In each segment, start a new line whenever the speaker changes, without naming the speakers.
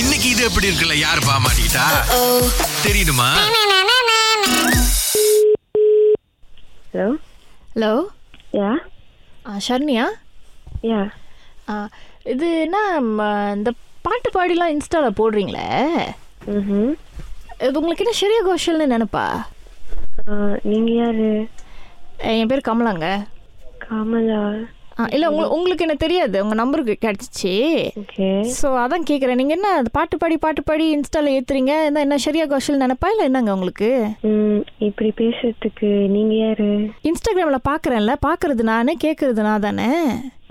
இன்னைக்கு இது எப்படி இருக்குல்ல யார் பாமாட்டா தெரியுமா
ஹலோ
ஹலோ
யா
ஆ, ஷர்ணியா
யா
ஆ, இது என்ன ம, இந்த பாட்டு பாடிலாம் இன்ஸ்டாவில் போடுறீங்களே
ம்
இது உங்களுக்கு என்ன ஷெரியா கோஷல்னு நினைப்பா
நீங்கள் Uh, யாரு
என் பேர் கமலாங்க
கமலா
ஆ, இல்ல உங்க உங்களுக்கு என்ன தெரியாது உங்க நம்பருக்கு கிடைச்சிச்சு
ஓகே
ஸோ அதான் கேட்குறேன் நீங்கள் என்ன அது பாட்டு பாடி பாட்டு பாடி இன்ஸ்டாவில் ஏற்றுறீங்க என்ன என்ன ஷெரியா கோஷல் நினைப்பா இல்லை என்னங்க உங்களுக்கு
ம் இப்படி பேசுறதுக்கு நீங்கள் யாரு
இன்ஸ்டாகிராமில் பார்க்குறேன்ல பார்க்குறது நான் கேட்குறது நான் தானே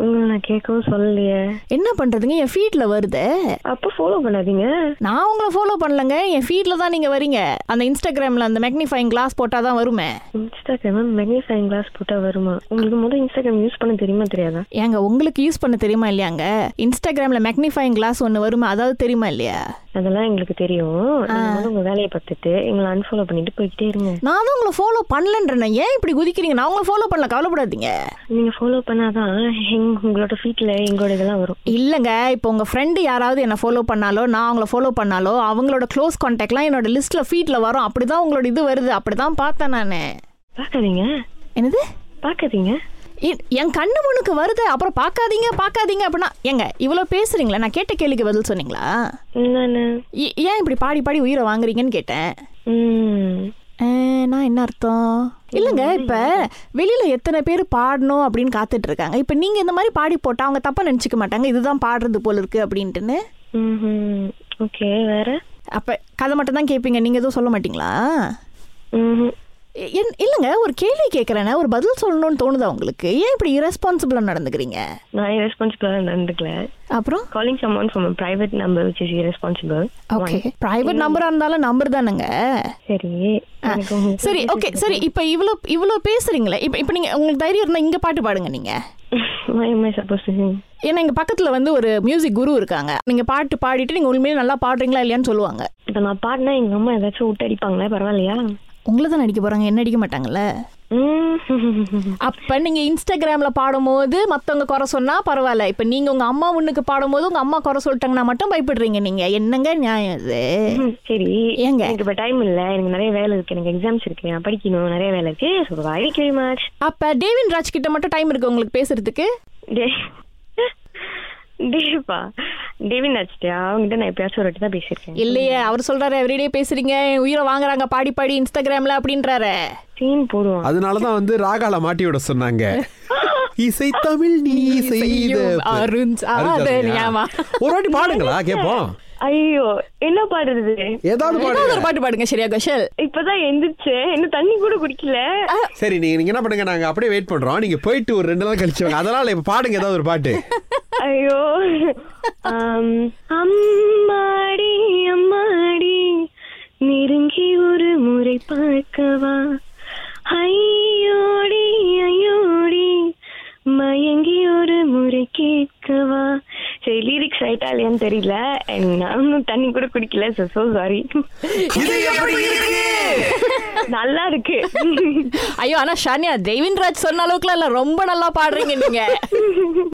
உங்களை நான் கேட்கவும் சொல்லலையே
என்ன பண்ணுறதுங்க என் ஃபீட்டில் வருதே
அப்போ ஃபாலோ பண்ணாதீங்க
நான் உங்களை ஃபாலோ பண்ணலங்க என் ஃபீட்டில் தான் நீங்கள் வரீங்க அந்த இன்ஸ்டாகிராமில் அந்த மேக்னிஃபைங் கிளாஸ் போட்டால் தான் வருமே
இன்ஸ்டாகிராம் மேக்னிஃபைங் கிளாஸ் போட்டால் வருமா உங்களுக்கு முதல் இன்ஸ்டாகிராம் யூஸ் பண்ண தெரியுமா தெரியாதா
ஏங்க உங்களுக்கு யூஸ் பண்ண தெரியுமா இல்லையாங்க இன்ஸ்டாகிராமில் மேக்னிஃபைங் கிளாஸ் ஒன்று வருமே அதாவது தெரியுமா இல்லையா
அதெல்லாம் எங்களுக்கு தெரியும் நீங்க முதல்ல உங்க வேலையை பார்த்துட்டு எங்களை அன்ஃபாலோ பண்ணிட்டு போய்கிட்டே இருங்க
நான் தான் உங்களை ஃபாலோ பண்ணலன்றேன் ஏன் இப்படி குதிக்கிறீங்க நான் உங்களை ஃபாலோ பண்ணல கவலைப்படாதீங்க
நீங்க ஃபாலோ பண்ணாதான் எங்க உங்களோட ஃபீட்ல எங்களோட இதெல்லாம் வரும்
இல்லைங்க இப்போ உங்கள் ஃப்ரெண்டு யாராவது என்னை ஃபாலோ பண்ணாலோ நான் அவங்கள ஃபாலோ பண்ணாலோ அவங்களோட க்ளோஸ் காண்டாக்ட்லாம் என்னோட லிஸ்ட்டில் ஃபீட்டில் வரும் அப்படி தான் உங்களோட இது வருது அப்படி தான் பார்த்தேன் நான்
பார்க்காதீங்க
என்னது
பார்க்காதீங்க
இ- என் கண்ணு முன்னுக்கு வருது அப்புறம் பார்க்காதீங்க பார்க்காதீங்க அப்படின்னா ஏங்க இவ்வளோ பேசுறீங்களா நான் கேட்ட கேள்விக்கு பதில் சொன்னீங்களா
நான்
இ- ஏன் இப்படி பாடி பாடி உயிரை வாங்குறீங்கன்னு கேட்டேன்
ம்
ஆ, நான் என்ன அர்த்தம் இல்லைங்க இப்போ வெளியில் எத்தனை பேர் பாடணும் அப்படின்னு காத்துட்டு இருக்காங்க இப்போ நீங்கள் இந்த மாதிரி பாடி போட்டால் அவங்க தப்பாக நினச்சிக்க மாட்டாங்க இதுதான் பாடுறது போல இருக்குது அப்படின்ட்டுன்னு
ம்ஹும். ஓகே வேற
அப்போ கதை மட்டும் தான் கேட்பீங்க நீங்கள் எதுவும் சொல்ல மாட்டீங்களா
ம்ஹும்.
எ- என் இல்லைங்க ஒரு கேள்வி கேட்குறேன்னா ஒரு பதில் சொல்லணும்னு தோணுதா உங்களுக்கு ஏன் இப்படி இரஸ்பான்சிபிளாக நடந்துக்கிறீங்க
நான் ரெஸ்பான்சிபிளாக நடந்துக்கல
அப்புறம்
calling someone from private number which is responsible
okay private நம்பராக இருந்தாலும் நம்பர் தானுங்க
சரி எனக்கு உங்க-
சரி ஓகே சரி இப்போ இவ்வளோ இவ்வளோ பேசுகிறீங்களே இப்போ இப்போ நீங்கள் உங்களுக்கு தைரியம் இருந்தால் இங்கே பாட்டு பாடுங்க நீங்கள்
Why am I supposed to sing?
ஏன்னா இங்கே பக்கத்தில் வந்து ஒரு மியூசிக் குரு இருக்காங்க நீங்கள் பாட்டு பாடிட்டு நீங்கள் உண்மையிலே நல்லா பாடுறீங்களா இல்லையான்னு சொல்லுவாங்க
இப்ப நான் பாடினா எங்க அம்மா ஏதாச்சும் விட்டு அடிப்பாங்களே பரவாயில்லையா
உங்களை தான் அடிக்க போகிறாங்க என்ன அடிக்க மாட்டாங்கல்ல
ம்.
அப்போ நீங்கள் இன்ஸ்டாகிராமில் பாடும்போது மற்றவங்க குறை சொன்னால் பரவாயில்ல இப்போ நீங்கள் உங்கள் அம்மா முன்னுக்கு பாடும்போது உங்கள் அம்மா குறை சொல்லிட்டாங்கன்னா மட்டும் பயப்படுறீங்க நீங்கள் என்னங்க நியாயம் இது
சரி
ஏங்க?
எனக்கு இப்ப டைம் இல்ல எனக்கு நிறைய வேலை இருக்கு எனக்கு எக்ஸாம்ஸ் இருக்கு நான் படிக்கணும் நிறைய வேலை இருக்கு ஸோ வெரி வெரி மச்
அப்போ டேவின் ராஜ் கிட்ட மட்டும் டைம் இருக்கு உங்களுக்கு பேசுறதுக்கு
டே டேப்பா டேவின் ஆச்சுட்டியா அவங்ககிட்ட நான் எப்பயாச்சும் ஒரு வாட்டி தான் பேசியிருக்கேன்
இல்லையே அவர் சொல்கிறாரு எவ்ரிடே பேசுறீங்க என் உயிரை வாங்குறாங்க பாடி பாடி இன்ஸ்டாகிராமில் அப்படின்றாரு
சீன் போடுவான்
அதனாலதான் வந்து ராகால மாட்டி விட சொன்னாங்க இசை தமிழ் நீ செய்த
இசையும் அருண் சாதனையா?
அருண் சாதனையா? ஒரு வாட்டி பாடுங்களா கேப்போம்
ஐயோ என்ன பாடுறது
ஏதாவது
ஏதாவது ஒரு
பாடுங்க
பாட்டு பாடுங்க சரியா கோஷல்
இப்பதான் எந்திரிச்சேன் இன்னும் தண்ணி கூட குடிக்கல
சரி நீங்க நீங்க என்ன பண்ணுங்க நாங்க அப்படியே வெயிட் பண்றோம் நீங்க போயிட்டு ஒரு ரெண்டு நாள் கழிச்சு வாங்க அதனால இப்ப பாடுங்க ஏதாவது ஒரு பாட்டு
ஐயோ ஆம், அம்மாடி அம்மாடி நெருங்கி ஒரு முறை பார்க்கவா ஐயோடி ஐயோடி மயங்கி ஒரு முறை கேட்கவா சரி லிரிக்ஸ் ரைட்டா இல்லையான்னு தெரியல and நானும் தண்ணி கூட குடிக்கல சோ சாரி
இது எப்படி இருக்கு
நல்லா இருக்கு
ஐயோ ஆனால் ஷானியா தெய்வின் ராஜ் சொன்ன அளவுக்குலாம் இல்லை ரொம்ப நல்லா பாடுறீங்க நீங்கள்